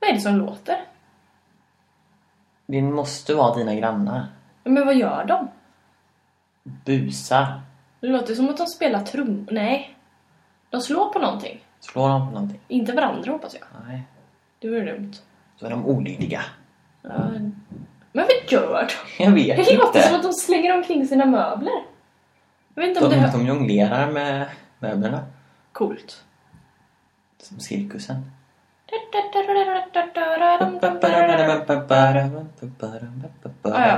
är det som låter? Det måste vara dina grannar. Men vad gör de? Busar. Det låter som att de spelar trum... Nej. De slår på någonting. Slår de på någonting? Inte varandra hoppas jag. Nej. Det vore dumt. Då är de olydiga. Ja. Men vad gör de? Jag vet Det låter som inte. att de slänger omkring sina möbler. Jag vet inte om det De, är de jonglerar med möblerna. coolt. Som cirkusen. Ja, ja,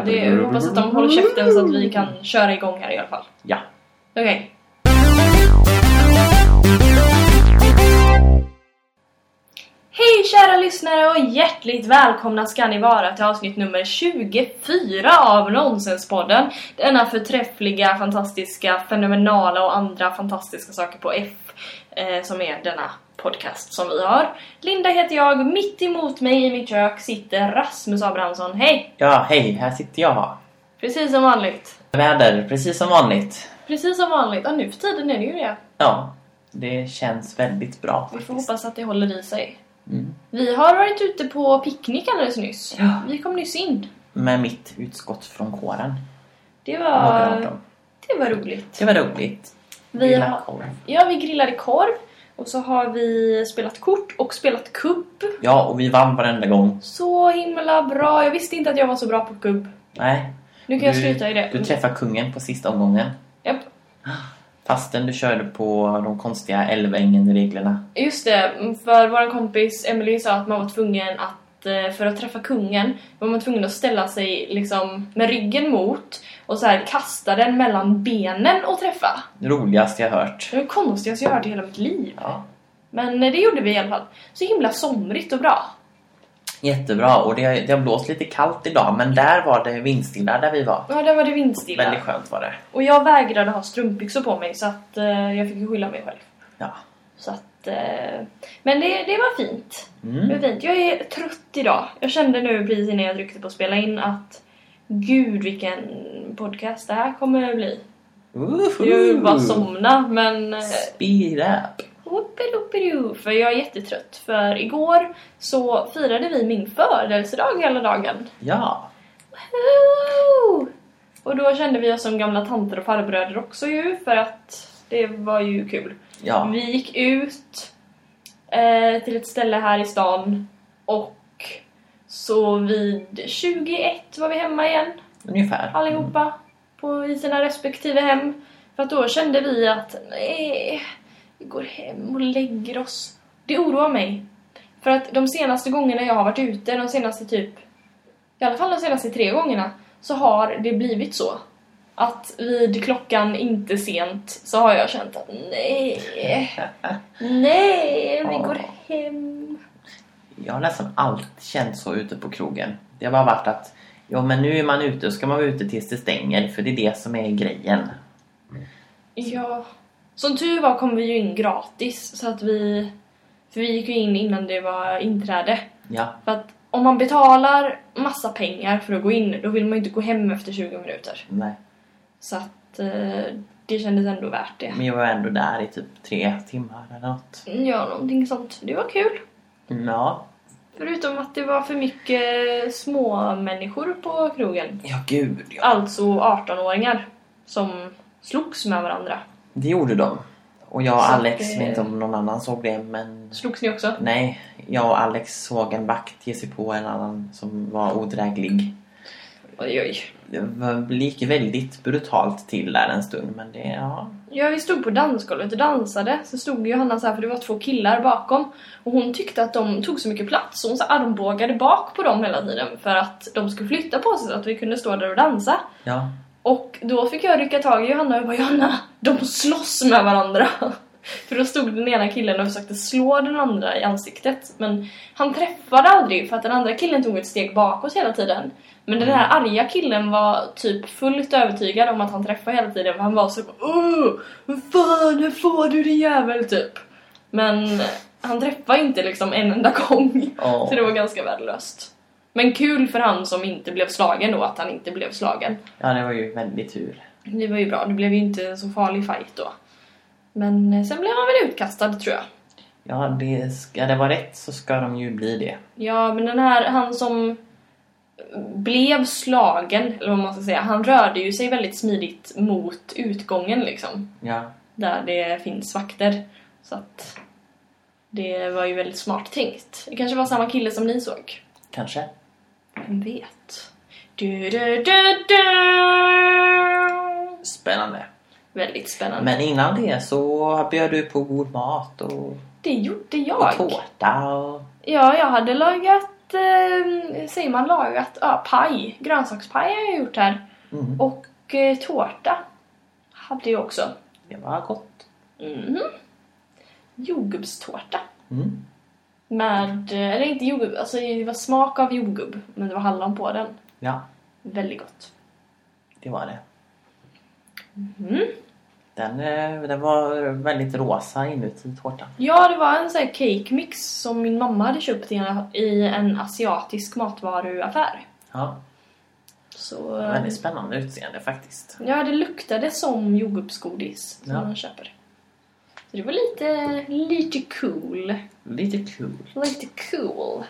det jag hoppas att de håller käften så att vi kan köra igång här i alla fall. Ja. Okej. Hej kära lyssnare och hjärtligt välkomna ska ni vara till avsnitt nummer 24 av Nonsenspodden. Denna förträffliga, fantastiska, fenomenala och andra fantastiska saker på F eh, som är denna podcast som vi har. Linda heter jag, mitt emot mig i mitt kök sitter Rasmus Abrahamsson. Hej! Ja, hej, här sitter jag. Precis som vanligt. Väder, precis som vanligt. Precis som vanligt. Ja, nu för tiden är det ju det. Ja, det känns väldigt bra Vi får faktiskt. hoppas att det håller i sig. Mm. Vi har varit ute på picknick alldeles nyss. Ja. Vi kom nyss in. Med mitt utskott från kåren. Det Några av var, dem. det var roligt. Det var roligt. Vi, Grilla har, korv. ja, vi grillade korv och så har vi spelat kort och spelat kubb. Ja, och vi vann varenda gång. Så himla bra. Jag visste inte att jag var så bra på kubb. Nej, Nu kan jag Du- sluta i det. du träffade kungen på sista omgången. Japp. Fastän du körde på de konstiga Älvängen-reglerna. Just det, för vår kompis Emily sa att man var tvungen att eh, för att träffa kungen var man tvungen att ställa sig liksom med ryggen mot och så här kasta den mellan benen och träffa. Det roligaste jag hört. Det var det konstigaste jag hört i hela mitt liv. Ja. Men eh, det gjorde vi i alla fall. Så himla somrigt och bra. Jättebra, och det, det har blåst lite kallt idag, men där var det vindstilla där vi var. Ja, där var det vindstilla. Väldigt skönt var det. Och jag vägrade ha strumpbyxor på mig så att eh, jag fick ju skylla mig själv. Ja. Så att, eh, men det, det var fint. Det Mm. var fint. Jag är trött idag. Jag kände nu precis innan jag tryckte på spela in att gud vilken podcast det här kommer bli. Jag vill bara somna men eh, Speed up! whoopidoopido, för jag är jättetrött. För igår så firade vi min födelsedag hela dagen. Ja, Woohoo! Och då kände vi oss som gamla tanter och farbröder också ju för att det var ju kul. ja. Vi gick ut eh, till ett ställe här i stan och så vid 21 var vi hemma igen ungefär. allihopa på, i sina respektive hem. För att då kände vi att nej, vi går hem och lägger oss. Det oroar mig. För att de senaste gångerna jag har varit ute, de senaste typ, i alla fall de senaste tre gångerna, så har det blivit så. Att vid klockan inte sent så har jag känt att nej, nej, vi går hem. Jag har nästan alltid känt så ute på krogen. Det har bara varit att ja, men nu är man ute och ska man vara ute tills det stänger för det är det som är grejen. Ja. Som tur var kom vi ju in gratis så att vi... För vi gick ju in innan det var inträde. Ja, För att om man betalar massa pengar för att gå in då vill man ju inte gå hem efter 20 minuter. nej. Så att eh, det kändes ändå värt det. Men jag var ändå där i typ tre timmar eller något. Ja, någonting sånt. Det var kul. Ja, Förutom att det var för mycket små människor på krogen. ja gud ja. Alltså 18-åringar som slogs med varandra. Det gjorde de. Och jag och Så Alex, det- vet inte om någon annan såg det men... Slogs ni också? Nej, jag och Alex såg en vakt ge sig på en annan som var odräglig. Oj, oj. Det var- gick väldigt brutalt till där en stund men det, ja. Ja, vi stod på dansgolvet och dansade. Så stod Johanna så här, för det var två killar bakom. Och hon tyckte att de tog så mycket plats. Så hon så armbågade bak på dem hela tiden. För att de skulle flytta på sig så att vi kunde stå där och dansa. Ja, Och då fick jag rycka tag i Johanna och bara Johanna, de slåss med varandra! För då stod den ena killen och försökte slå den andra i ansiktet. Men han träffade aldrig för att den andra killen tog ett steg bakåt hela tiden. Men den här arga killen var typ fullt övertygad om att han träffade hela tiden. För han var så Åh! Vad fan, hur får du din jävel? Typ. Men han träffade inte liksom en enda gång. Åh. Så det var ganska värdelöst. Men kul för han som inte blev slagen då, att han inte blev slagen. ja det var ju väldigt tur. Det var ju bra, det blev ju inte en så farlig fight då. Men eh, sen blev han väl utkastad tror jag. Ja, det ska det vara rätt så ska de ju bli det. Ja, men den här, han som blev slagen, eller vad man ska säga, han rörde ju sig väldigt smidigt mot utgången liksom. Ja, Där det finns vakter. Så att det var ju väldigt smart tänkt. Det kanske var samma kille som ni såg. kanske. Vem vet? Du, du, du, du. Spännande. Väldigt spännande. Men innan det så bjöd du på god mat och, det gjorde och jag. tårta och... Ja, jag hade lagat, eh, säger man lagat, ja, paj. Grönsakspaj har jag gjort här. Mm, Och eh, tårta hade jag också. det var gott. Mhm. Jordgubbstårta. Mm. Med, eh, eller inte jordgubb, alltså det var smak av jordgubb. Men det var hallon på den. Ja, Väldigt gott. det var det. Mm. Den, eh, den var väldigt rosa inuti tårtan. Ja, det var en sån här cake mix som min mamma hade köpt i en, i en asiatisk matvaruaffär. Ja, Så... eh, väldigt spännande utseende faktiskt. Ja, det luktade som jordgubbsgodis som Ja. man köper. Så det var lite, lite cool. Lite kul. Lite cool.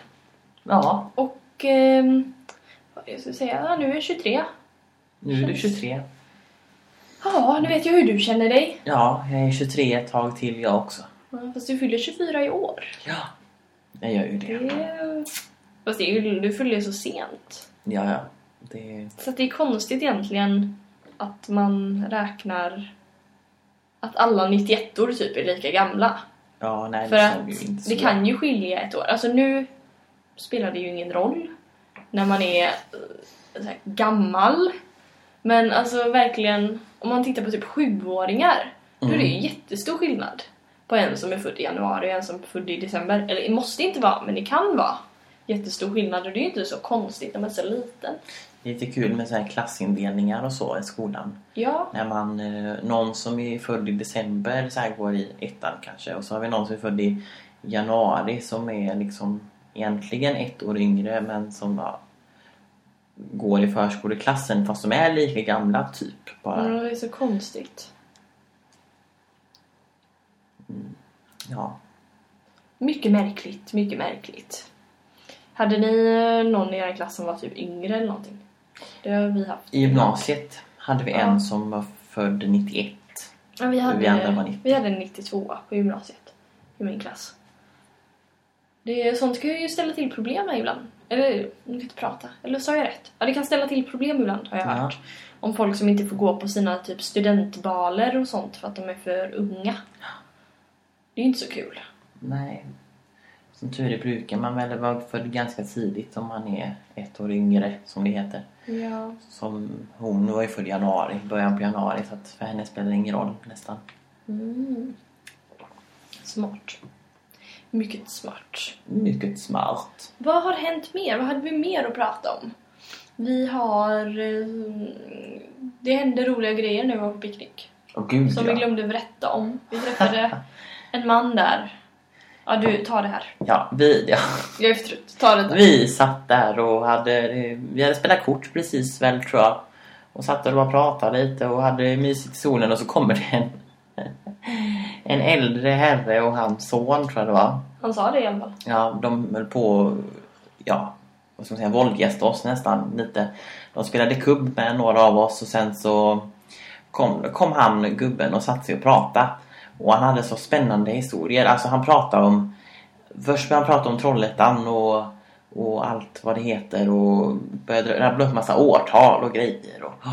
Ja, Och... ehm, vad är det jag skulle säga? Ja, nu är jag 23. nu är du Känns- 23. Ja, nu vet jag hur du känner dig. Ja, jag är 23 ett tag till jag också. Ja, Fast du fyller 24 i år. Ja, jag gör ju Det det. är... Fast det är ju, du fyller ju så sent. Ja, ja. Det, Så att det är konstigt egentligen att man räknar att alla 91-or typ är lika gamla. ja, nej, För det såg ju att inte så det kan ju skilja ett år. Alltså nu spelar det ju ingen roll när man är eh, så här, gammal. Men alltså verkligen, om man tittar på typ sjuåringar, då Mm. är det ju jättestor skillnad på en som är född i januari och en som är född i december. Eller det måste inte vara, men det kan vara jättestor skillnad och det är ju inte så konstigt när man är så liten. Lite kul med så här klassindelningar och så i skolan. Ja, När man, eh, någon som är född i december så här går i ettan kanske och så har vi någon som är född i januari som är liksom egentligen ett år yngre men som ja, går i förskoleklassen fast de är lika gamla typ. Bara. men det är så konstigt. Ja. Mycket märkligt, mycket märkligt. Hade ni eh, någon i er klass som var typ yngre eller någonting? Det har vi haft. I gymnasiet hade vi Ja. en som var född 91. Ja, vi, hade, Vi andra var 90. vi hade en 92 på gymnasiet i min klass. Det, är- sånt kan ju ställa till problem med ibland. Eller, nu kan jag inte prata. Eller sa jag rätt? Ja, det kan ställa till problem ibland har jag Ja. hört. Om folk som inte får gå på sina typ studentbaler och sånt för att de är för unga. Det är ju inte så kul. Nej. Som tur är brukar man väl vara född ganska tidigt om man är ett år yngre som det heter. Ja. Som hon var ju född i januari, början på januari så att för henne spelar det ingen roll nästan. Mm. Smart. Mycket smart. Mycket smart. Vad har hänt mer? Vad hade vi mer att prata om? Vi har... eh, Det hände roliga grejer när vi var på picknick. Åh gud Som vi ja. glömde berätta om. Vi träffade en man där. Ja, du, ta det här. Ja, vi, ja. Jag är för trött. Ta det där. vi satt där och hade, eh, vi hade spelat kort precis väl tror jag. Och satt där och bara pratade lite och hade mysigt i solen och så kommer det en, en äldre herre och hans son tror jag det var. Han sa det i alla fall. Ja, de höll på ja, vad ska man säga, våldgästa oss nästan lite. De spelade kubb med några av oss och sen så kom, kom han, gubben, och satte sig och pratade. Och han hade så spännande historier. Alltså han pratade om... Först började han prata om Trollhättan och, och allt vad det heter och började rabbla upp massa årtal och grejer. Och,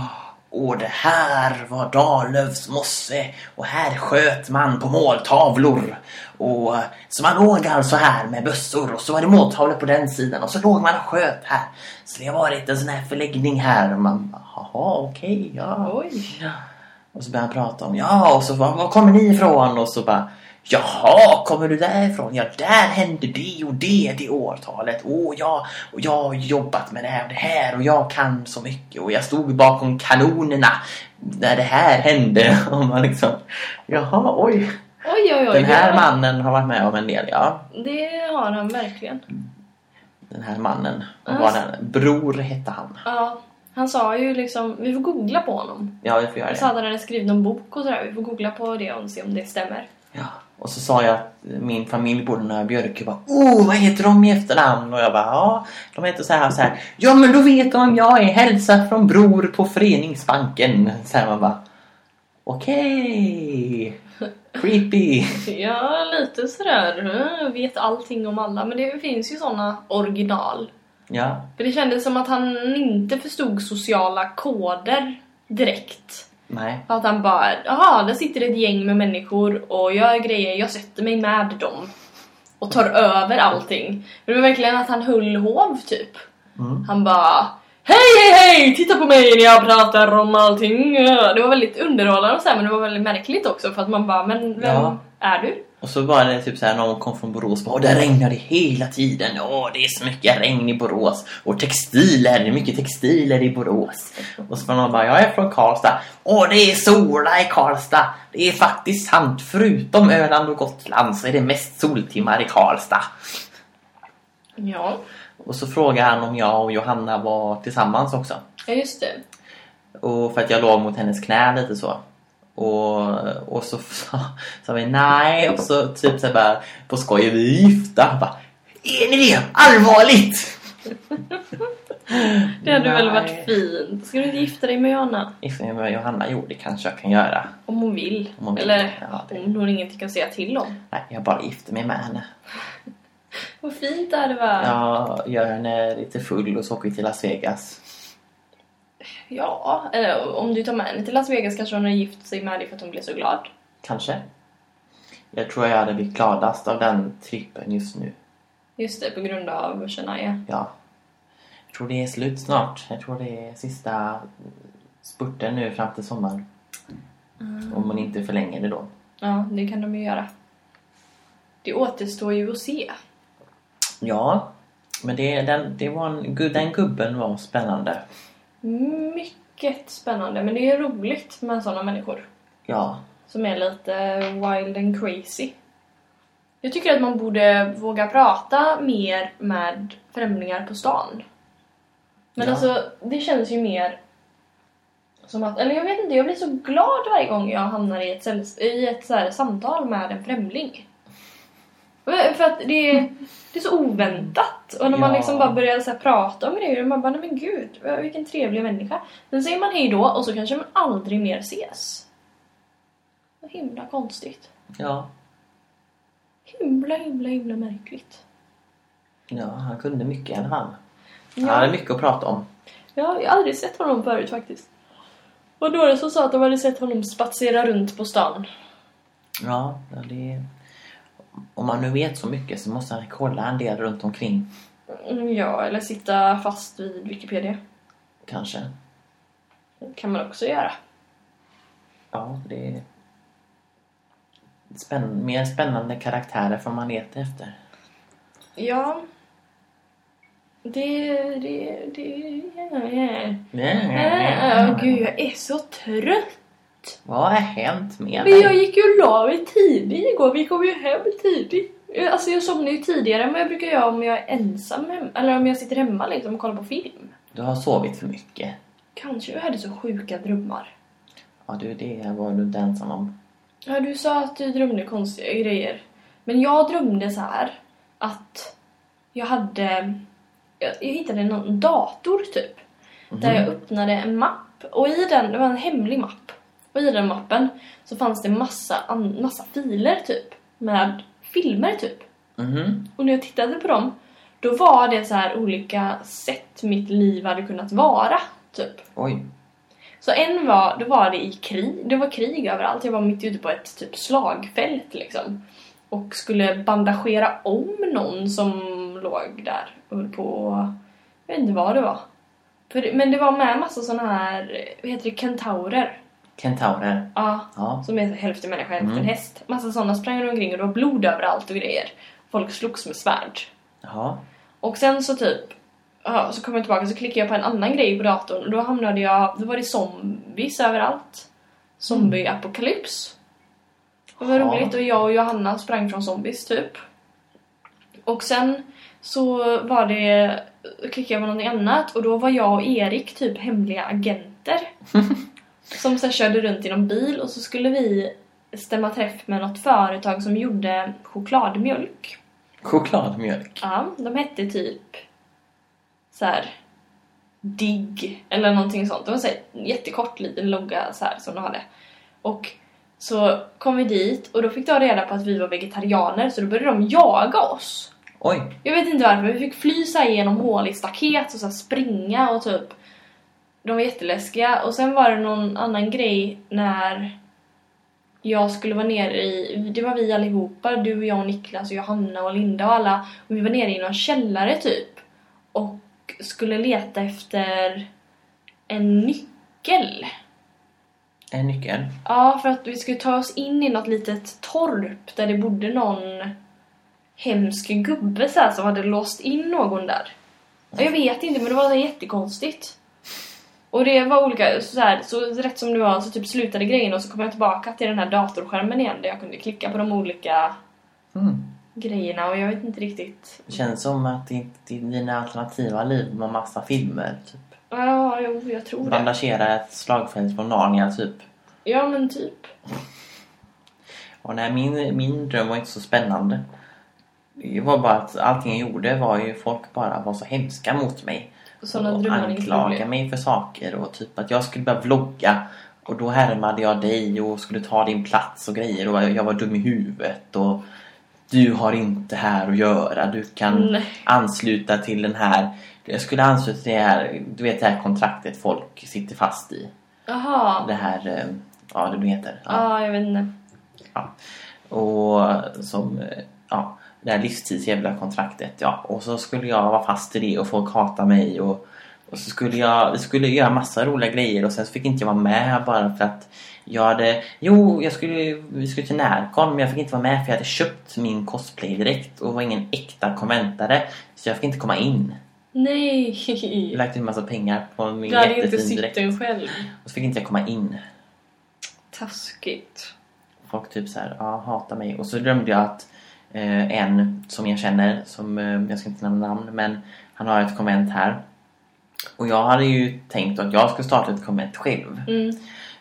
och det här var Dahllövs mosse och här sköt man på måltavlor. Och, så man låg alltså här med bössor och så var det måltavlor på den sidan och så låg man och sköt här. Så det har varit en sån här förläggning här. Och man bara, jaha okej, ja. Oj. Ja. Och så började han prata om, ja, och så var, var kommer ni ifrån? Och så bara, jaha, kommer du därifrån? Ja, där hände det och det, det årtalet. Åh, ja, och jag har jobbat med det här och det här och jag kan så mycket och jag stod bakom kanonerna när det här hände. Och man liksom, jaha, oj. Oj, oj, oj. Den här Ja, mannen har varit med om en del, ja. Det har han verkligen. Den här mannen. Ah. Vad var den? Bror hette han. Ja. Han sa ju liksom... Vi får googla på honom. Ja, vi får göra Och så det. hade han skrivit någon bok och sådär. Vi får googla på det och se om det stämmer. Ja. Och så sa jag att min familj bodde några björkar och bara Oh, vad heter de i efternamn? Och jag bara ja, de heter så här och så här. Ja, men då vet de jag är hälsa från bror på Föreningsbanken. Så här man bara Okej, creepy. Ja, lite sådär. eh, Vet allting om alla. Men det finns ju såna original. Ja, För det kändes som att han inte förstod sociala koder direkt. nej. Att han bara, jaha, där sitter ett gäng med människor och jag gör grejer, jag sätter mig med dem. Och tar över allting. Men det var verkligen att han höll hov, typ. Mm. Han bara, hej, hej, hej! Titta på mig när jag pratar om allting! Det var väldigt underhållande och så här, men det var väldigt märkligt också för att man bara, men vem Ja. är du? Och så var det typ så här någon kom från Borås och bara, "Åh, det regnade hela tiden. Åh, det är så mycket regn i Borås. Och textiler, det är mycket textiler i Borås. Och så var någon bara, jag är från Karlstad. Åh, det är sola i Karlstad. Det är faktiskt sant. Förutom Öland och Gotland så är det mest soltimmar i Karlstad. Ja, Och så frågade han om jag och Johanna var tillsammans också. ja just det. Och för att jag låg mot hennes knä lite så. Och, och så sa- sa vi nej och så typ så här bara på skoj, är vi gifta? Jag Bara, är ni det? Allvarligt? Det hade väl Nej. varit fint. Ska du inte gifta dig med Johanna? Gifta mig med Johanna? Jo, det kanske jag kan göra. Om hon vill. Om hon vill. Eller Ja, det- om hon ingenting kan säga till om. Nej, jag bara gifter mig med henne. Vad fint det hade varit. Jag gör henne lite full och så åker vi till Las Vegas. Ja, eller om du tar med henne till Las Vegas kanske hon har gift sig med dig för att hon blev så glad. Kanske. Jag tror jag hade blivit gladast av den trippen just nu. Just det, på grund av Shania. Ja. Jag tror det är slut snart. Jag tror det är sista spurten nu fram till sommaren. Om man inte förlänger det då. Ja, det kan de ju göra. Det återstår ju att se. Ja, men det, den, det var en, gu- den gubben var spännande. Mycket spännande, men det är ju roligt med sådana människor. Ja, Som är lite wild and crazy. Jag tycker att man borde våga prata mer med främlingar på stan. Men Ja. alltså, det känns ju mer som att... Eller jag vet inte, jag blir så glad varje gång jag hamnar i ett, säll- i ett så här samtal med en främling. För för att det är, det är så oväntat. Och när man Ja. liksom bara börjar så här prata om grejer, man bara nej men gud, vilken trevlig människa. Sen säger man hej då och så kanske man aldrig mer ses. Vad himla konstigt. ja, Himla, himla, himla märkligt. ja, han kunde mycket i alla fall. Han hade mycket att prata om. Jag har ju aldrig sett honom förut faktiskt. Och några som sa att de hade sett honom spatsera runt på stan. Ja, ja, det... Om man nu vet så mycket så måste han kolla en del runt omkring. Mm, Ja, eller sitta fast vid Wikipedia. Kanske. Det kan man också göra. Ja, det är... Spänn... Mer spännande karaktärer får man leta efter. Ja. Det... Det... Det... Ja, ja. Äh, gud, jag är så trött. Vad har hänt med Men jag dig? gick ju och la mig tidigt igår. Vi kom ju hem tidigt. Jag- Alltså jag somnar ju tidigare än vad jag brukar göra om jag är ensam hem, Eller om jag sitter hemma liksom och kollar på film. Du har sovit för mycket. Kanske jag hade så sjuka drömmar. Ja, du, det var du inte ensam om. Ja, du sa att du drömde konstiga grejer. Men jag drömde så här att jag hade... Jag, jag hittade någon dator typ. Där Mm. Mhm. jag öppnade en mapp. Och i den, det var en hemlig mapp. Och i den mappen så fanns det massa, an, massa filer typ. Med filmer typ. Mhm. Och när jag tittade på dem, då var det så här olika sätt mitt liv hade kunnat vara, typ. Oj. Så en var, då var det i krig, det var krig överallt. Jag var mitt ute på ett typ slagfält liksom. Och skulle bandagera om någon som låg där och höll på, jag vet inte vad det var. För, men det var med massa såna här, vad heter det, kentaurer? Kentaurer. Ja, Ja. som är hälften människa, hälften Mm. häst. Massa såna sprang omkring och det var blod överallt och grejer. Folk slogs med svärd. Ja. Och sen så typ ja, så kom jag tillbaka så klickade jag på en annan grej på datorn och då hamnade jag, då var det zombies överallt. Zombieapokalyps. Det var Ja. roligt och jag och Johanna sprang från zombies typ. Och sen så var det, klickade jag på något annat och då var jag och Erik typ hemliga agenter. som sen körde runt i någon bil och så skulle vi stämma träff med något företag som gjorde chokladmjölk. Chokladmjölk. Ja, de hette typ så här Digg eller någonting sånt. Det var så här, en jättekort liten logga så här som de hade. Och så kom vi dit och då fick de reda på att vi var vegetarianer så då började de jaga oss. Oj, Jag vet inte varför, vi fick fly så här genom hål i staket och så här springa och typ De var jätteläskiga och sen var det någon annan grej när jag skulle vara nere i, det var vi allihopa, du och jag och Niklas och Johanna och Linda och alla och vi var nere i någon källare typ och skulle leta efter en nyckel. en nyckel. Ja, för att vi skulle ta oss in i något litet torp där det bodde någon hemsk gubbe så här, som hade låst in någon där. Och jag vet inte, men det var så här jättekonstigt. Och det var olika, så, här, så rätt som det var så typ slutade grejen och så kom jag tillbaka till den här datorskärmen igen där jag kunde klicka på de olika Mm. grejerna och jag vet inte riktigt. Det känns som att det det är dina alternativa liv med massa filmer. Typ. Oh, Ja, jag, jag tror det. Bandagera ett slagfält från Narnia typ. Ja, men typ. Och nej, min, min dröm var inte så spännande. Det var bara att allting jag gjorde var ju folk bara var så hemska mot mig. Sådana och drömmar är inte roliga. anklaga mig för saker och typ att jag skulle börja vlogga och då härmade jag dig och skulle ta din plats och grejer och jag var dum i huvudet och du har inte här att göra, du kan Nej. ansluta till den här jag skulle ansluta till det här, du vet det här kontraktet folk sitter fast i. Jaha. Det här, eh, ja det du heter. Ja. Ja, jag vet inte. Ja. Och som, eh, ja, det här livstids jävla kontraktet, ja. Och så skulle jag vara fast i det och folk hata mig och, och så skulle jag, vi skulle göra massa roliga grejer och sen så fick inte jag vara med bara för att jag hade, jo, jag skulle, vi skulle till Närcon men jag fick inte vara med för jag hade köpt min cosplay direkt och var ingen äkta konventare så jag fick inte komma in. Nej! Jag lagt in massa pengar på min Du hade inte jättefin sitt direkt den själv. och så fick inte jag komma in. Taskigt. folk typ så här, ja, hatar mig. Och så drömde jag att eh, en som jag känner, som eh, jag ska inte nämna namn, men han har ett konvent här. Och jag hade ju tänkt att jag skulle starta ett konvent själv. Mm.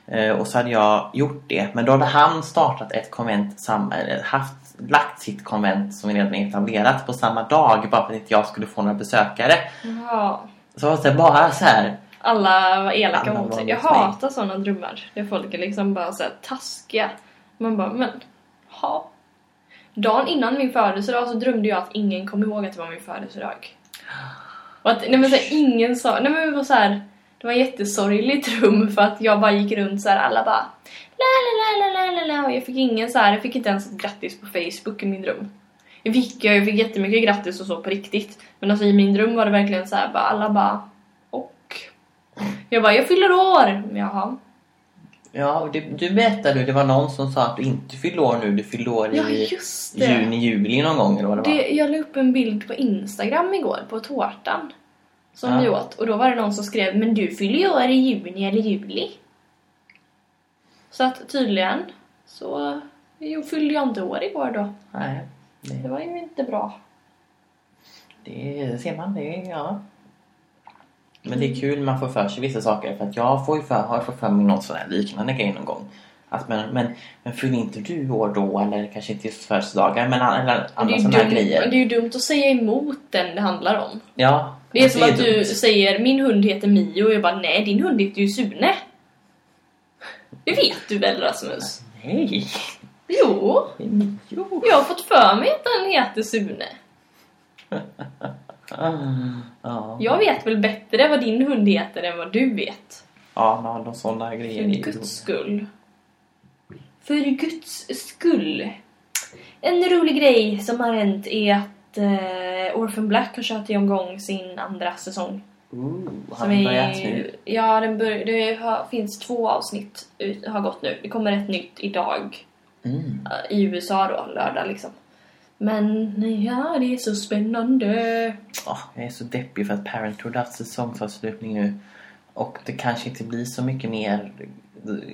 Eh, och så hade jag gjort det. Men då hade han startat ett konvent, samma, eller haft, lagt sitt konvent som redan är etablerat på samma dag bara för att inte jag skulle få några besökare. Jaha. Så jag var så här, bara så här, Alla var elaka Alla mot var sig. mot Jag mig. hatar sådana drömmar. Där folk är liksom bara såhär taskiga. Man bara, men ha. Dagen innan min födelsedag så drömde jag att ingen kom ihåg att det var min födelsedag. Och att, nej men så här, ingen sa, nej men det var såhär, det var en jättesorglig dröm för att jag bara gick runt så här alla bara la la la la la la la och jag fick ingen så här, jag fick inte ens ett grattis på Facebook i min dröm. Jag fick, jag fick jättemycket grattis och så på riktigt. Men alltså i min dröm var det verkligen så här, bara, alla bara och. Jag bara, jag fyller år! Jaha. ja, du, du berättade, det var någon som sa att du inte fyller år nu, du fyller år Ja, i just det. juni, juli någon gång eller vad det var. det. Jag la upp en bild på Instagram igår på tårtan. Som Ja. vi åt. Och då var det någon som skrev, men du fyller ju år i juni eller juli. Så att tydligen så jo, fyllde jag inte år igår då. Nej, Det var ju inte bra. det ser man. Det är, ja. Men det är kul när man får för sig vissa saker. För att jag får ju för, har fått för mig någon sån här liknande grej någon gång. Att men, men, men fyller inte du år då? Eller kanske inte just födelsedagar. Men an- eller det, är andra ju sådana här dumt- grejer. det är ju dumt att säga emot den det handlar om. Ja. Det är som att du dumt. säger min hund heter Mio och jag bara nej din hund heter ju Sune. Det vet du väl Rasmus? Nej. Jo, Jo. jag har fått för mig att den heter Sune. Ah, Ja. Jag vet väl bättre vad din hund heter än vad du vet. Ja, men de sådana här För grejer. är ju- guds skull. För guds skull. En rolig grej som har hänt är att eh, Orphan Black har kört igång sin andra säsong. Ooh, har Som vi är, börjat nu? Ja, den bör, det har, finns två avsnitt ut, har gått nu. Det kommer ett nytt idag Mm. eh, i USA då, lördag liksom. Men ja, det är så spännande. Åh, jag är så deppig för att Parenthood har haft säsongsavslutning nu. Och det kanske inte blir så mycket mer.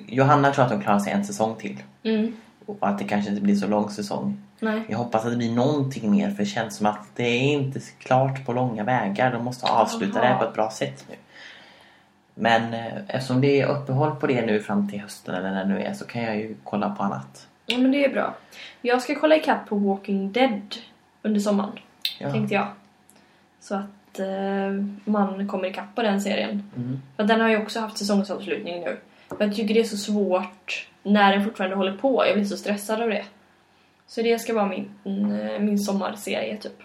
Johanna tror att hon klarar sig en säsong till. Mm, Och att det kanske inte blir så lång säsong. nej. Jag hoppas att det blir någonting mer för det känns som att det är inte klart på långa vägar. De måste avsluta Aha. det här på ett bra sätt nu. Men eh, eftersom det är uppehåll på det nu fram till hösten eller när det nu är så kan jag ju kolla på annat. Ja, men det är bra. Jag ska kolla ikapp på Walking Dead under sommaren, Ja. tänkte jag. Så att eh, man kommer ikapp på den serien. Mm. För den har ju också haft säsongsavslutning nu. Men jag tycker det är så svårt när den fortfarande håller på. Jag blir så stressad av det. Så det ska vara min, eh, min sommarserie, typ.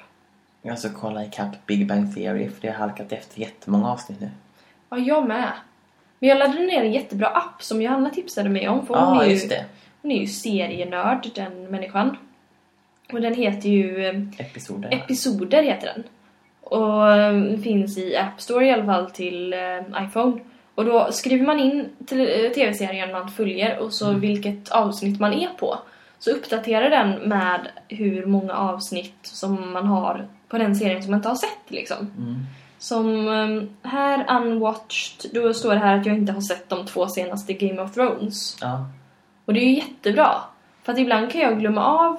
Jag ska kolla ikapp Big Bang Theory för det har halkat efter jättemånga avsnitt nu. Ja, jag med. Men jag laddade ner en jättebra app som Johanna tipsade mig om. För Ja, hon, ah, är just ju, det. hon är ju serienörd, den människan. Och den heter ju... eh, Episoder. Episoder heter den. Och eh, finns i App Store i alla fall till eh, iPhone. Och då skriver man in till- eh, tv-serien man följer och så vilket avsnitt man är på. Så uppdaterar den med hur många avsnitt som man har på den serien som man inte har sett liksom. Mm. Som eh, här, unwatched, då står det här att jag inte har sett de två senaste Game of Thrones. Ja. Och det är ju jättebra. För att ibland kan jag glömma av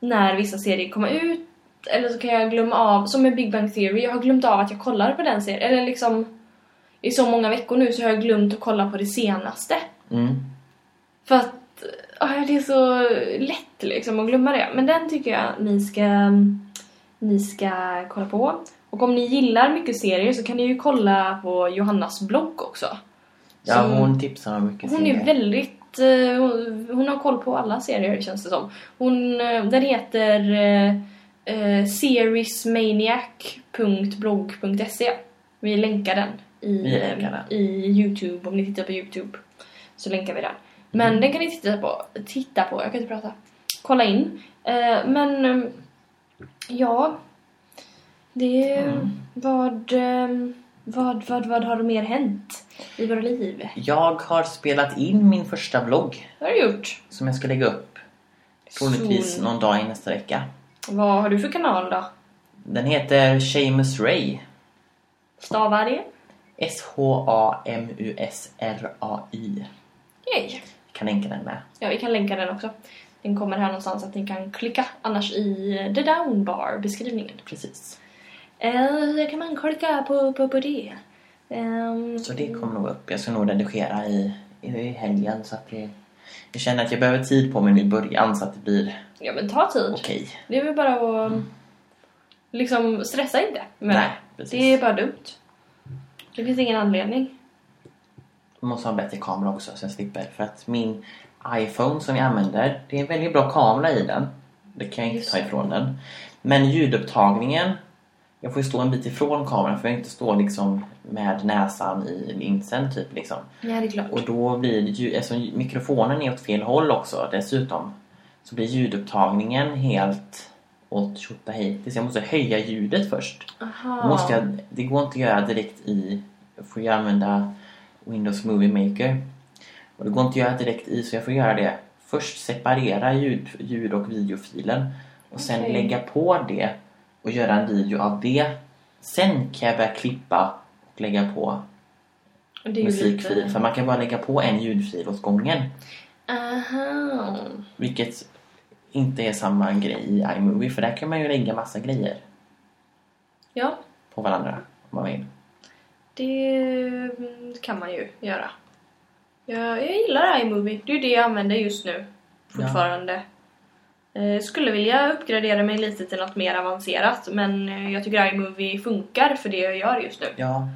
när vissa serier kommer ut. Eller så kan jag glömma av, som med Big Bang Theory, jag har glömt av att jag kollar på den serien. Eller liksom, i så många veckor nu så har jag glömt att kolla på det senaste. Mm. För att ja, det är så lätt liksom att glömma det. Men den tycker jag ni ska, ni ska kolla på. Och om ni gillar mycket serier så kan ni ju kolla på Johannas blogg också. Ja, Som- hon tipsar om mycket hon är serier. väldigt... eh, hon- Hon har koll på alla serier känns det som. Hon, eh, den heter eh, eh, seriesmaniac.blogg.se. Vi länkar den i, eh, Vi länkar den. i Youtube. Om ni tittar på Youtube så länkar vi den. Men Mm. den kan ni titta på. Titta på, jag kan inte prata. Kolla in. Eh, men eh, ja. Det Mm. vad, eh, vad, vad, vad har mer hänt i våra liv? Jag har spelat in min första vlogg Vad har du gjort? som jag ska lägga upp troligtvis Sol. någon dag i nästa vecka. Vad har du för kanal då? Den heter Seamus Ray. Stavar det? S-H-A-M-U-S-R-A-I. Yay. Kan länka den med. Ja, vi kan länka den också. Den kommer här någonstans att ni kan klicka annars i the down bar beskrivningen. Precis. Eh, där kan man klicka på, på, på det. Ehm, Så det kommer nog upp. Jag ska nog redigera i, i helgen så att det... Jag känner att jag behöver tid på mig nu i början så att det blir Ja men ta tid. okej. Mm. Det är väl bara att liksom stressa inte med Nej, det. precis. Det är bara dumt. Det finns ingen anledning. Jag måste ha en bättre kamera också så jag slipper. För att min iPhone som jag använder, det är en väldigt bra kamera i den. Det kan jag inte Just ta det. ifrån den. Men ljudupptagningen, jag får ju stå en bit ifrån kameran för jag kan inte stå liksom med näsan i linsen typ liksom. Ja, det är klart. Och då blir det ju, eftersom mikrofonen är åt fel håll också dessutom, så blir ljudupptagningen helt åt tjottahejtis. Jag måste höja ljudet först. Aha. Då Måste jag, det går inte att göra direkt i... Jag får ju använda Windows Movie Maker. Och det går inte att göra direkt i så jag får göra det. Först separera ljud, ljud och videofilen. Och sen Okej. lägga på det och göra en video av det. Sen kan jag börja klippa och lägga på det är ju musikfil. lite- För man kan bara lägga på en ljudfil åt gången. Aha. Vilket inte är samma grej i iMovie. För där kan man ju lägga massa grejer Ja, på varandra. Om man vill. det mm, kan man ju göra. Jag, jag gillar iMovie. Det är ju det jag använder just nu. Fortfarande. Eh, skulle vilja uppgradera mig lite till något mer avancerat men eh, jag tycker iMovie funkar för det jag gör just nu. Ja,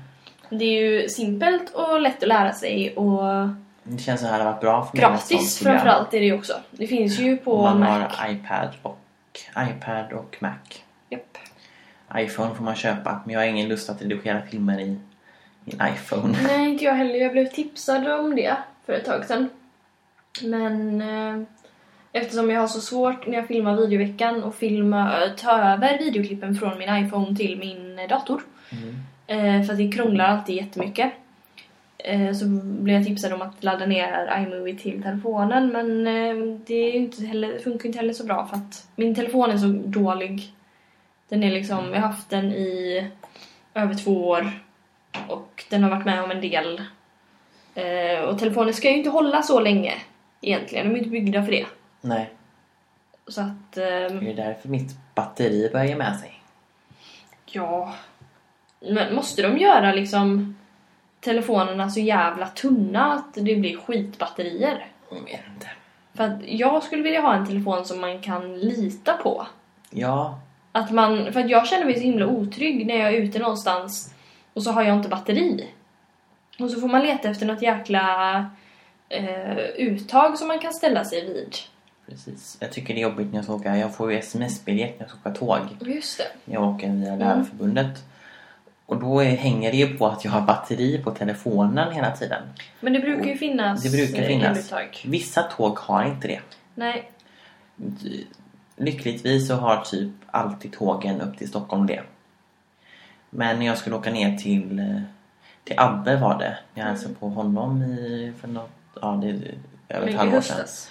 Det är ju simpelt och lätt att lära sig och Det känns som det hade varit bra för mig att ha ett gratis sånt program. framförallt är det ju också. Det finns ju på man Mac. har iPad och, iPad och Mac. Japp. iPhone får man köpa, men jag har ingen lust att redigera filmer i min iPhone. Nej, inte jag heller. Jag blev tipsad om det för ett tag sedan. Men eh, eftersom jag har så svårt när jag filmar videoveckan och filma, eh, ta över videoklippen från min iPhone till min eh, dator. Eh, för att det krånglar alltid jättemycket. Eh, så blev jag tipsad om att ladda ner iMovie till telefonen men eh, det är ju inte heller, funkar inte heller så bra för att min telefon är så dålig. Den är liksom, jag har haft den i över två år och den har varit med om en del. Eh, och telefoner ska ju inte hålla så länge egentligen, de är inte byggda för det. Nej, Så att, ehm, det är därför mitt batteri börjar ge med sig. ja... Men måste de göra liksom telefonerna så jävla tunna att det blir skitbatterier. Jag vet inte. För att jag skulle vilja ha en telefon som man kan lita på. Ja, Att man, för att jag känner mig så himla otrygg när jag är ute någonstans och så har jag inte batteri. Och så får man leta efter något jäkla eh, uttag som man kan ställa sig vid. precis. Jag tycker det är jobbigt när jag ska åka. Jag får ju sms-biljett när jag ska åka tåg. Just det. när jag åker Mm. via Lärarförbundet. Och då är, hänger det ju på att jag har batteri på telefonen hela tiden. Men det brukar ju finnas Det brukar eh, finnas. eluttag. Vissa tåg har inte det. Nej, Ty- Lyckligtvis så har typ alltid tågen upp till Stockholm det. Men när jag skulle åka ner till, eh, till Abbe var det. När jag hälsade på honom i, för något, ja, det är över ett i halvår sedan. höstas.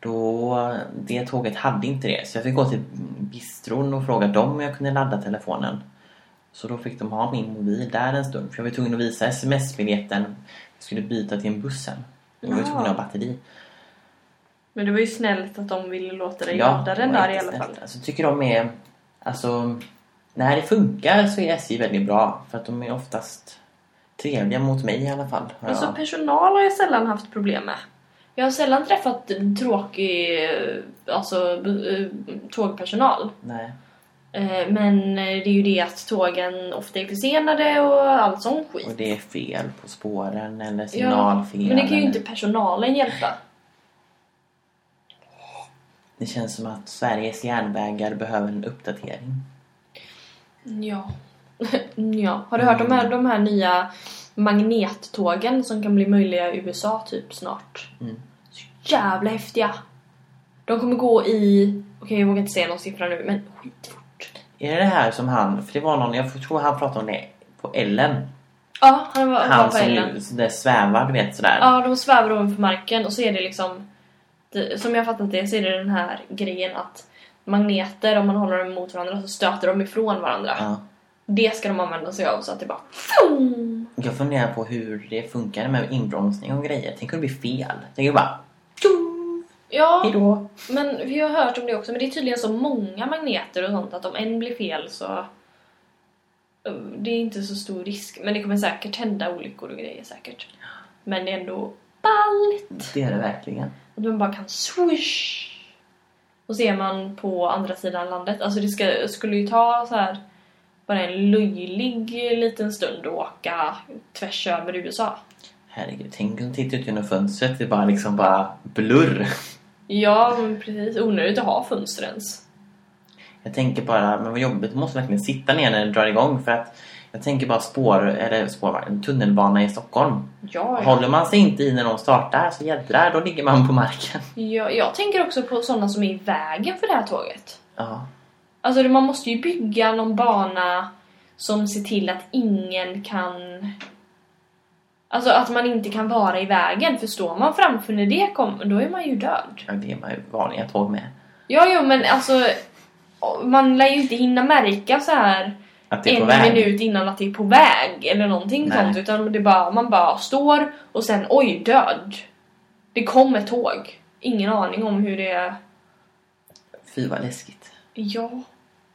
Då, det tåget hade inte det. Så jag fick gå till bistron och fråga dem om jag kunde ladda telefonen. Så då fick de ha min mobil där en stund. För jag var tvungen att visa sms-biljetten. Jag skulle byta till en bussen. Då var jag Jaha. tvungen att ha batteri. Men det var ju snällt att de ville låta dig ladda den det där i var alla jättesnällt. fall. Alltså, tycker de är... Alltså, när det funkar så är SJ väldigt bra. För att de är oftast trevliga mot mig i alla fall. har Alltså jag- personal har jag sällan haft problem med. Jag har sällan träffat tråkig eh, alltså, b- eh, tågpersonal. Nej. Eh, Men eh, det är ju det att tågen ofta är försenade och allt sån skit. Och det är fel på spåren eller Ja, signalfel. Men det kan ju eller- inte personalen hjälpa. Det känns som att Sveriges järnvägar behöver en uppdatering. Ja. ja. Har du hört om Mm. de här, de här nya magnettågen som kan bli möjliga i USA typ snart? Mm. Så jävla häftiga! De kommer gå i... Okej, jag vågar inte säga någon siffra nu, men skitfort. Är det det här som han, för det var någon, jag tror han pratade om det på Ellen. Ja, han var, var Han på som Ellen. ju så där svävar, du vet sådär. Ja, de svävar ovanför marken och så är det liksom... det- Som jag fattat det så är det den här grejen att magneter, om man håller dem mot varandra så stöter de ifrån varandra. Ja. Det ska de använda sig av så att det bara... Fum! Jag funderar på hur det funkar med inbromsning och grejer. Tänk om det blir fel. Tänk om det bara... Ja, Hejdå! men vi har hört om det också. Men det är tydligen så många magneter och sånt att om en blir fel så... eh, Det är inte så stor risk. Men det kommer säkert hända olyckor och grejer säkert. Men det är ändå ballt! Det är det verkligen. Att man bara kan swoosh! Och så är man på andra sidan landet. Alltså det ska, skulle ju ta så här bara en löjlig liten stund att åka tvärs över USA. Herregud, tänk om titta ut genom fönstret. Det är bara liksom bara blurr. Ja, men precis. Onödigt att ha fönster ens. Jag tänker bara, men vad jobbigt, du måste verkligen sitta ner när det drar igång för att jag tänker bara spår, eller spårvagn, tunnelbana i Stockholm. Ja, ja. Håller man sig inte i när de startar så jädrar, då ligger man på marken. ja, jag tänker också på sådana som är i vägen för det här tåget. Ja, Alltså det- man måste ju bygga någon bana som ser till att ingen kan... Alltså att man inte kan vara i vägen. För står man framför när det kommer, då är man ju död. ja, det är man ju vanliga tåg med. Ja, jo, men alltså... Man lär ju inte hinna märka så här Att det är på en väg. minut innan att det är på väg eller någonting Nej. sånt. Utan det är bara, man bara står och sen oj, död. Det kom ett tåg. Ingen aning om hur det är. Fy vad läskigt. Ja,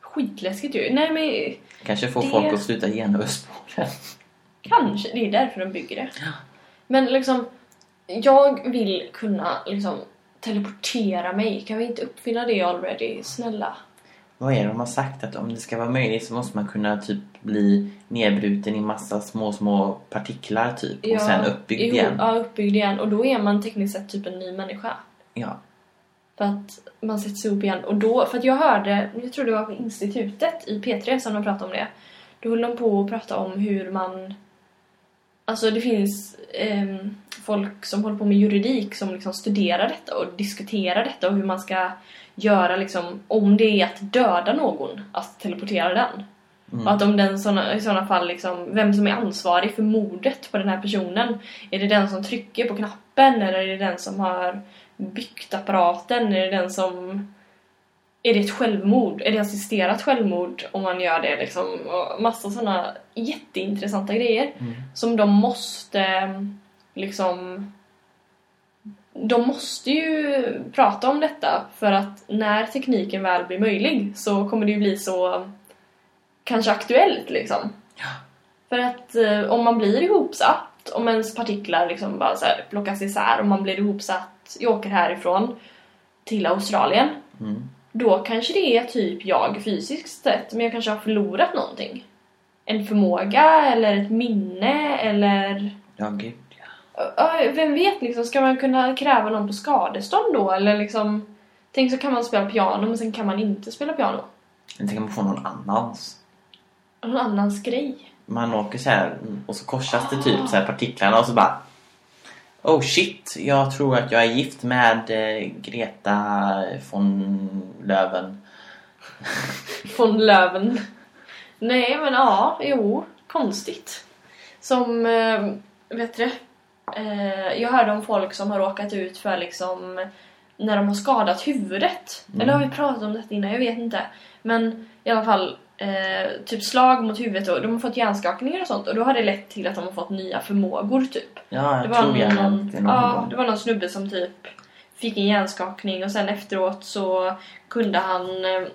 skitläskigt ju. Nej, men Kanske får Det- folk att sluta genöva spåren. kanske. Det är därför de bygger det. Men liksom, jag vill kunna liksom teleportera mig. Kan vi inte uppfinna det already? Snälla. Vad är det de har sagt? Att om det ska vara möjligt så måste man kunna typ bli nedbruten i massa små, små partiklar typ. Och sen uppbyggd jo, igen. Ja, uppbyggd igen. Och då är man tekniskt sett typ en ny människa. Ja. För att man sätts ihop igen. Och då, för att jag hörde, jag tror det var på institutet i P3 som de pratade om det. Då höll de på att prata om hur man... Alltså det finns ehm, folk som håller på med juridik som liksom studerar detta och diskuterar detta och hur man ska göra liksom, om det är att döda någon, att teleportera den. Mm. Och att om den såna, i sådana fall, liksom, vem som är ansvarig för mordet på den här personen. Är det den som trycker på knappen eller är det den som har byggt apparaten? Är det den som... Är det ett självmord? Är det assisterat självmord om man gör det? Liksom? Och massa sådana jätteintressanta grejer Mm. som de måste eh, liksom... De måste ju prata om detta för att när tekniken väl blir möjlig så kommer det ju bli så kanske aktuellt liksom. För att eh, om man blir ihopsatt, om ens partiklar liksom bara så här plockas isär, om man blir ihopsatt, jag åker härifrån till Australien. Mm. Då kanske det är typ jag fysiskt sett, men jag kanske har förlorat någonting. En förmåga, eller ett minne, eller... Ja, gud ja. Ja, Vem vet, liksom, ska man kunna kräva någon på skadestånd då? Eller liksom, tänk så kan man spela piano, men sen kan man inte spela piano. Men tänk om man får någon annans. Någon annans grej. Man åker så här och så korsas det typ så här partiklarna och så bara... Oh shit, jag tror att jag är gift med eh, Greta von Löven. Von Löven. Nej, men ja, jo, konstigt. Som, eh, vet du, eh, jag hörde om folk som har råkat ut för liksom när de har skadat huvudet. Mm. Eller har vi pratat om detta innan? Jag vet inte. Men i alla fall, eh, typ slag mot huvudet och de har fått hjärnskakningar och sånt och då har det lett till att de har fått nya förmågor typ. Ja, jag Det var, tror jag har någon, nämnt det någon ja, gång. det var någon snubbe som typ fick en hjärnskakning och sen efteråt så kunde han eh,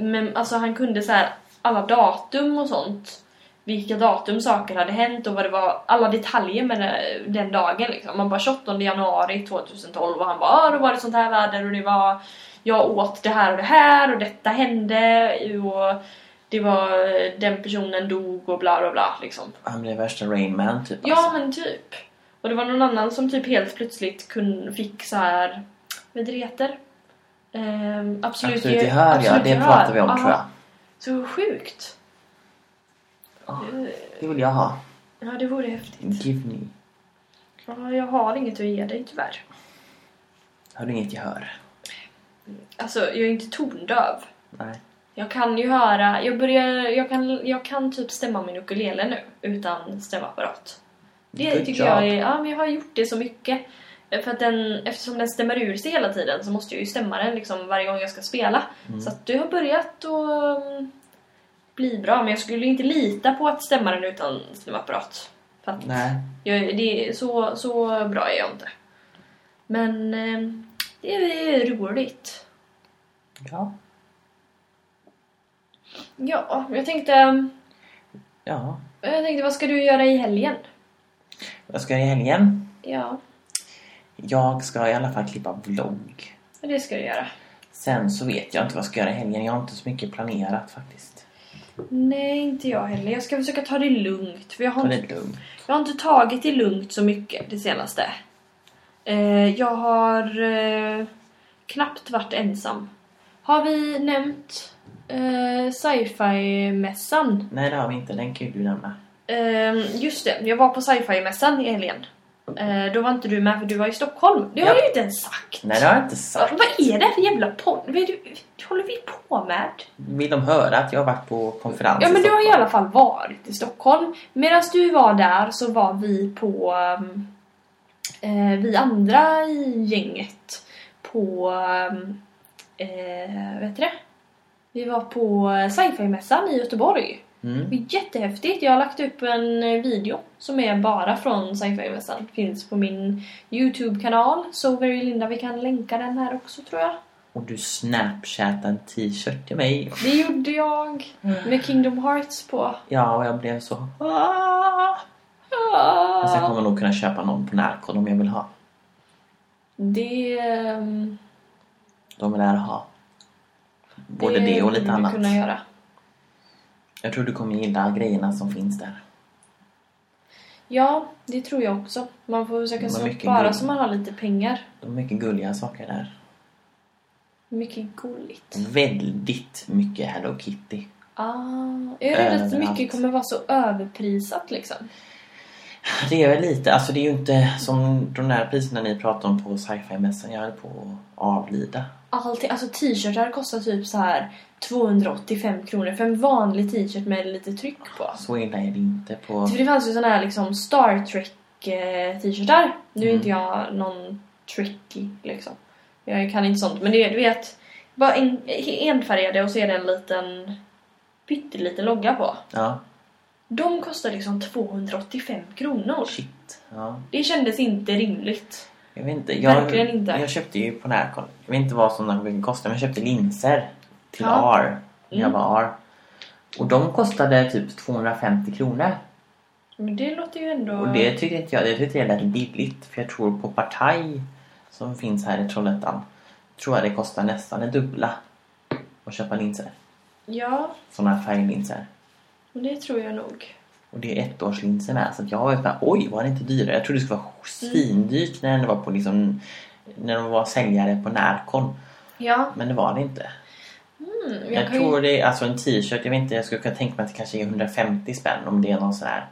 men, alltså han kunde så här alla datum och sånt. Vilka datum saker hade hänt och vad det var, alla detaljer med det- den dagen liksom. Man bara 28 januari 2012 och han bara ah, då var det sånt här väder och det var jag åt det här och det här och detta hände och det var den personen dog och bla bla bla liksom. Han blev värsta Rain Man typ Ja, alltså. men typ. Och det var någon annan som typ helt plötsligt kun, fick så här vad det heter? Ehm, absolut, Absolut i hör ja, absolut det gehör. pratar vi om Ja, tror jag. Så sjukt. Ja. Eh, Det vill jag ha. Ja, det vore häftigt. Give me. Ja, jag har inget att ge dig tyvärr. Har du inget gehör? Alltså, jag är inte tondöv. Nej. Jag kan ju höra, jag börjar, jag kan, jag kan typ stämma min ukulele nu utan stämapparat. Det Good tycker jag är, ja men jag har gjort det så mycket. Eh, För att den, eftersom den stämmer ur sig hela tiden så måste jag ju stämma den liksom varje gång jag ska spela. Mm. Så att det har börjat att mm, bli bra men jag skulle inte lita på att stämma den utan stämapparat. För att Nej. jag, det, är- så, så bra är jag inte. Men eh, det är roligt. Ja. Ja, jag tänkte mm, Ja. Eh, Jag tänkte, vad ska du göra i helgen? Vad ska jag i helgen? Ja, Jag ska i alla fall klippa vlogg. det ska du göra. Sen så vet jag inte vad jag ska göra i helgen. Jag har inte så mycket planerat faktiskt. Nej, inte jag heller. Jag ska försöka ta det lugnt. För jag har, Ta inte, det lugnt. jag har inte tagit det lugnt så mycket det senaste. Eh, jag har eh, knappt varit ensam. Har vi nämnt eh, sci-fi-mässan? Nej det har vi inte. Den kan ju du nämna. Eh, just det, jag var på sci-fi-mässan i helgen. Eh, då var inte du med för du var i Stockholm. Det har Ja. jag ju inte ens sagt. Nej det har jag inte Vad sagt. vad är det för jävla podd? Vad är det- vad håller vi på med? Vill de höra att jag har varit på konferens Ja i men du har i Alltså, Stockholm? alla fall varit i Stockholm. Medan du var där så var vi på... ehm, Eh, vi andra i gänget på... ehm, Eh, vet du det? Vi var på sci-fi-mässan i Göteborg. Det Mm. var jättehäftigt. Jag har lagt upp en eh, video som är bara från sci-fi-mässan. Finns på min YouTube-kanal. So very Linda, vi kan länka den här också tror jag. Och du snapchatade en t-shirt till mig. Det gjorde jag. Med Kingdom Hearts på. Ja och jag blev så... Ah, Fast jag ah. kommer nog kunna köpa någon på Närcon om jag vill ha. Det... ehm, De lär ha. Både det, och borde lite vi annat. kunna göra. Jag tror du kommer gilla grejerna som finns där. Ja, det tror jag också. Man får försöka Men så mycket spara guld. så man har lite pengar. De är mycket gulliga saker där. Mycket gulligt. Mm. Väldigt mycket Hello Kitty. Ah, jag är rädd att Överallt. mycket kommer vara så överprisat liksom. Det är väl lite, alltså det är ju inte som de där priserna ni pratade om på sci-fi-mässan. Jag höll på att avlida. Allting, alltså t-shirtar kostar typ så här 285 kronor för en vanlig t-shirt med lite tryck på. Så illa är det inte på... För det fanns ju såna här liksom Star Trek eh, t-shirtar. Nu är Mm. inte jag någon tricky liksom. Jag kan inte sånt. Men det, du vet, bara en, enfärgade och så är det en liten pytteliten logga på. Ja, De kostar liksom 285 kronor. shit. Ja. Det kändes inte rimligt. Jag vet inte. Jag, Verkligen inte. Jag köpte ju på Närcon. Jag vet inte vad som de kostar men jag köpte linser till Ja. R. När jag Mm. var R. Och de kostade typ 250 kronor. Men det låter ju ändå... Och det tycker inte jag, det tycker jag lät billigt. För jag tror på Partaj som finns här i Trollhättan. Tror jag det kostar nästan det dubbla. Att köpa linser. Ja, Sådana här färglinser. men det tror jag nog. Och det är ettårslinser med. Så att jag var ju såhär, oj var det inte dyrare? Jag trodde det skulle vara Mm. svindyrt när det var på liksom... När de var säljare på Närcon. Ja, Men det var det inte. mm, Jag, jag, kan tror ju... det är alltså en t-shirt. Jag vet inte, jag skulle kunna tänka mig att det kanske är 150 spänn om det är någon sån här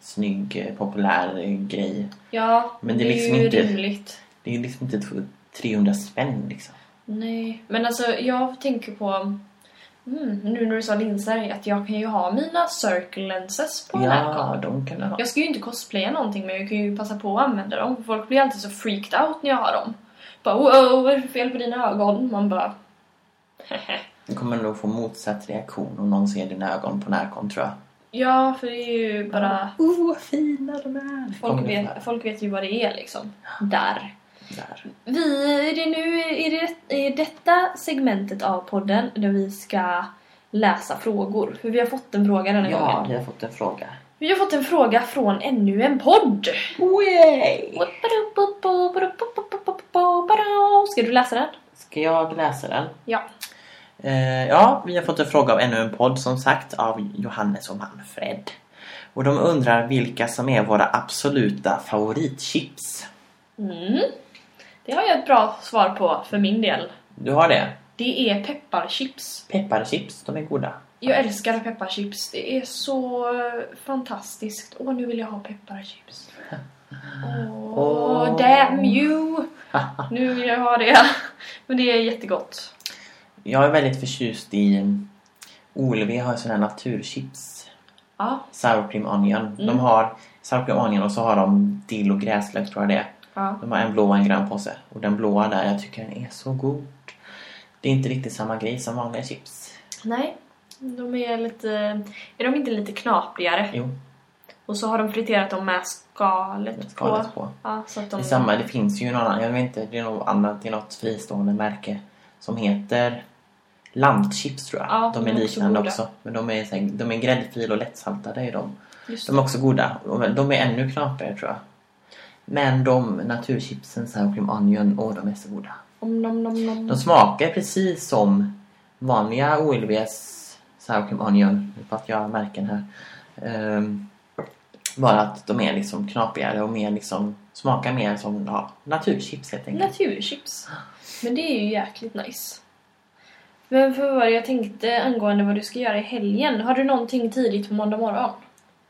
snygg, eh, populär eh, grej. Ja, Men det det är är liksom ju inte- rimligt. Det är liksom inte tw- 300 spänn liksom. Nej, men alltså jag tänker på... Mm, nu när du sa linser, att jag kan ju ha mina circle lenses på Ja, Närcon. de kan du ha. Jag ska ju inte cosplaya någonting men jag kan ju passa på att använda dem. för Folk blir alltid så freaked out när jag har dem. Bara wow, vad är det för fel på dina ögon? Man bara... Du kommer nog få motsatt reaktion om någon ser dina ögon på närkon tror jag. ja, för det är ju bara... Oh, vad fina de är! Kommer Folk du vet, folk vet ju vad det är liksom. Där. få Där. Vi är det nu i det, i detta segmentet av podden där vi ska läsa frågor. För vi har fått en fråga denna Ja, gången. vi har fått en fråga. Vi har fått en fråga från ännu en podd. Way! Ska du läsa den? Ska jag läsa den? Ja. Eh, ja, vi har fått en fråga av ännu en podd som sagt av Johannes och Manfred. Och de undrar vilka som är våra absoluta favoritchips. Mm. Det har jag ett bra svar på för min del. Du har det? Det är pepparchips. Pepparchips, de är goda. Jag älskar pepparchips. Det är så eh, fantastiskt. Åh, nu vill jag ha pepparchips. Åh, Åh. damn you! Nu vill jag ha det. Men det är jättegott. Jag är väldigt förtjust i... eh, OLW har sådana här naturchips. Ja, Sour cream onion. De Mm. har sour cream onion och så har de dill och gräslök tror jag det är. ja. De har en blå och en grön påse. Och den blåa där, jag tycker den är så god. Det är inte riktigt samma grej som vanliga chips. Nej, de är lite... Är de inte lite knaprigare? Jo, Och så har de friterat dem med skalet, med skalet på. på. Ja, så att Det, de... är samma, det finns ju någon annan, jag vet inte, det är något annat, det är något fristående märke som heter Lantchips tror jag. Ja, de de är är också liknande goda. också. Men de är, så här- de är gräddfil och lättsaltade är de. Just De är också goda. De- De är ännu knaprigare tror jag. Men de naturchipsen, sour cream onion, åh de är så goda. Om nom, nom, nom. De smakar precis som vanliga OLVs sour cream onion. Nu fattar jag märken här. Ehm, bara att de är liksom knaprigare och mer liksom smakar mer som ja, naturchips helt enkelt. Naturchips. Men det är ju jäkligt nice. Men för vad jag tänkte angående vad du ska göra i helgen. Har du någonting tidigt på måndag morgon?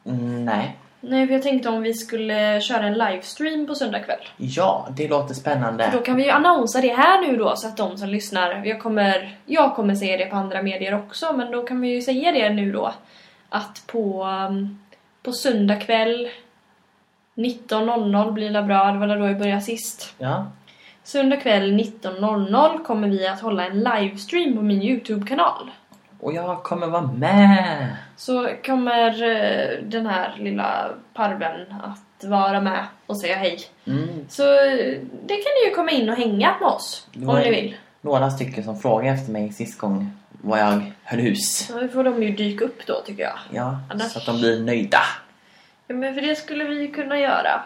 Mm, nej. Nej, för jag tänkte om vi skulle köra en livestream på söndag kväll. Ja, det låter För då spännande. kan vi ju annonsa det här nu då så att de som lyssnar, jag kommer, jag kommer säga det på andra medier också, men då kan vi ju säga det nu då. Att på, um, på söndag kväll 19.00 blir det bra, det var då jag började sist. Ja, Söndag kväll 19.00 kommer vi att hålla en livestream på min Youtube-kanal. och jag kommer vara med! Så kommer eh, den här lilla parven att vara med och säga hej. Mm. Så eh, det kan ni ju komma in och hänga med oss Det var om ni en- vill. Några stycken som frågade efter mig sist gång var jag höll hus. Så får de ju dyka upp då tycker jag. Ja, Annars- så att de blir nöjda. Ja, men för det skulle vi ju kunna göra.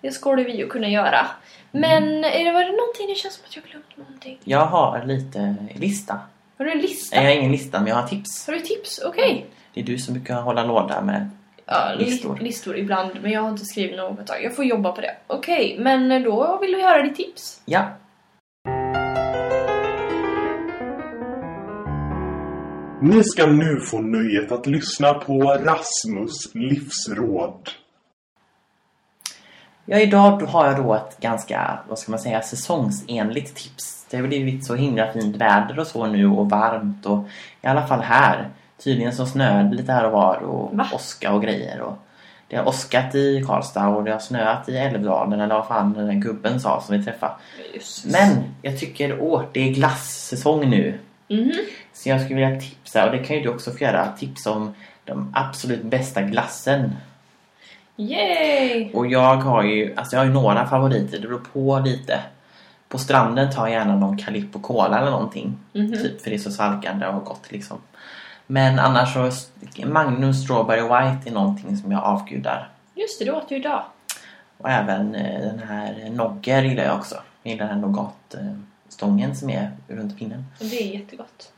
Det skulle vi ju kunna göra. Men är det, var det någonting det känns som att jag glömt någonting? Jag har lite lista. Har du en lista? Nej, Jag har ingen lista, men jag har tips. Har du tips? Okej. Det är du som brukar hålla låda med... Ja, Listor. listor. listor ibland, men jag har inte skrivit något på ett tag. Jag får jobba på det. Okej, men då vill vi höra ditt tips. Ja. Ni ska nu få nöjet att lyssna på Rasmus livsråd. ja, idag då har jag då ett ganska, vad ska man säga, säsongsenligt tips. Det har blivit så himla fint väder och så nu och varmt och i alla fall här. Tydligen så snöade det lite här och var och Va? åska och grejer. Och det har åskat i Karlstad och det har snöat i Älvdalen eller vad fan den där gubben sa som vi träffade. Men jag tycker, åh, det är glassäsong nu. Mhm. Så jag skulle vilja tipsa, och det kan ju du också få göra, tipsa om de absolut bästa glassen Yay! Och jag har ju, alltså jag har ju några favoriter, det beror på lite. På Mhm. stranden tar jag gärna någon Calippo Cola eller någonting. Typ, för det är så salkande och gott liksom. Men annars så, Magnum Strawberry White är någonting som jag avgudar. Just det, du åt ju idag. Och även eh, den här Nogger gillar jag också. Jag gillar den här nougatstången som är runt pinnen. Och det är jättegott.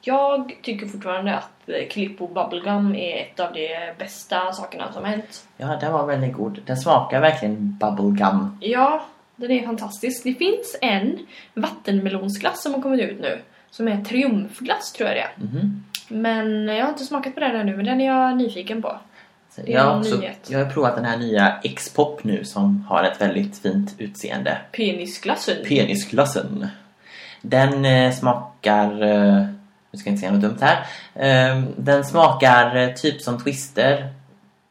Jag tycker fortfarande att eh, klipp och bubblegum är ett av de bästa sakerna som har hänt. Ja, den var väldigt god. Den smakar verkligen bubblegum. Ja, den är fantastisk. Det finns en vattenmelonsglass som har kommit ut nu. Som är triumfglass tror jag det är. Mhm. Men jag har inte smakat på den ännu, men den är jag nyfiken på. Så Det är Jag, har en också, nyhet. jag har provat den här nya X-pop nu som har ett väldigt fint utseende. Penisglassen. Penisglassen. Den eh, smakar... Eh, nu ska jag inte säga något dumt här. Eh, den smakar eh, typ som Twister.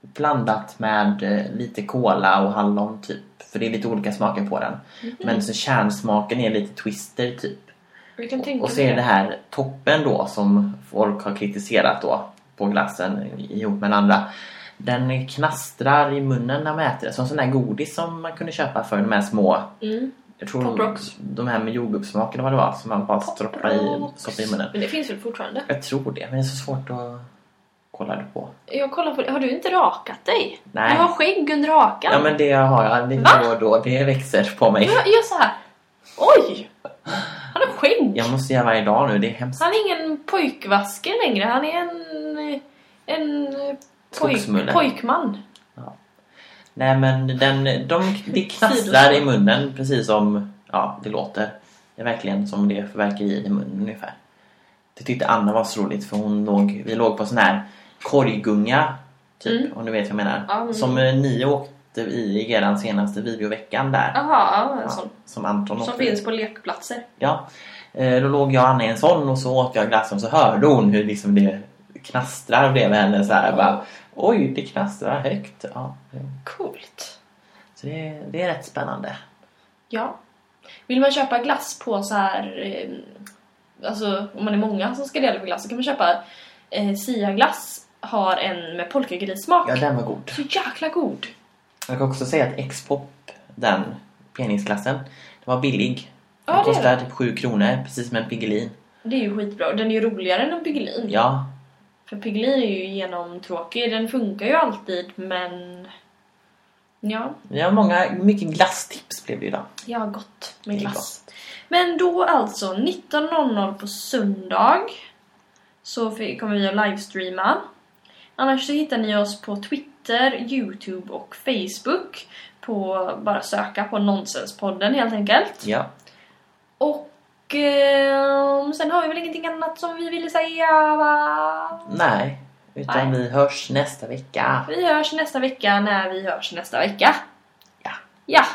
Blandat med eh, lite kola och hallon typ. För det är lite olika smaker på den. Mhm. Men så kärnsmaken är lite Twister typ. jag kan tänka Och så mig är det här toppen då som folk har kritiserat då på glassen ihop med den andra. Den knastrar i munnen när man äter det. Som sån där godis som man kunde köpa för de här små Mm. jag tror Pop Rocks. de här med jordgubbssmak eller vad det var som man bara stoppar i, Rocks. stoppar i munnen. Men det finns väl fortfarande? Jag tror det, men det är så svårt att kolla det på. Jag kollar på Har du inte rakat dig? Nej. Du har skägg under hakan. Ja men det har jag lite Va? då och då. Det växer på mig. Jag gör så här. Oj! Han har skägg! Jag måste göra varje dag nu, det är hemskt. Han är ingen pojkvaske längre. Han är en... En... Pojk, Skogsmulle. pojkman. Nej men den, de, det knastrar i munnen precis som ja, det låter. Det är verkligen som det förverkar i munnen ungefär. Det tyckte Anna var så roligt för hon låg, vi låg på sån här korggunga typ, Mm. om du vet vad jag menar. Ja, men- Som eh, ni åkte i i eran senaste videoveckan där. Jaha, ja, en sån. Som Anton Som åkte. finns på lekplatser. Ja. Eh, Då låg jag och Anna i en sån och så åt jag glass och så hörde hon hur liksom det knastrar bredvid henne så här. Bara, Oj, det knastrar högt. Ja. Coolt. Så det, det är rätt spännande. Ja. Vill man köpa glass på så här... Eh, alltså om man är många som ska dela på glass så kan man köpa eh, Sia-glass. Har en med polkagrissmak. Ja, den var god. Så jäkla god. Jag kan också säga att X-pop, den penisklassen, den var billig. Den Ja, det är kostade typ 7 kronor, precis som en Piggelin. Det är ju skitbra. Den är ju roligare än en Piggelin. Ja, För Piggelin är ju genomtråkig. Den funkar ju alltid men... Ja, vi har många, mycket glasstips blev det idag. ja gott med Det är glass. Men då alltså 19.00 på söndag så fi- kommer vi att livestreama. Annars så hittar ni oss på Twitter, Youtube och Facebook. På bara söka på Nonsenspodden helt enkelt. Ja, Och eh, sen har vi väl ingenting annat som vi ville säga va? nej. Utan Nej. vi hörs nästa vecka. Vi hörs nästa vecka när vi hörs nästa vecka. Ja. Ja.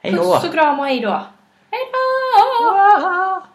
Hej då! Puss och kram och hej då. Hej då!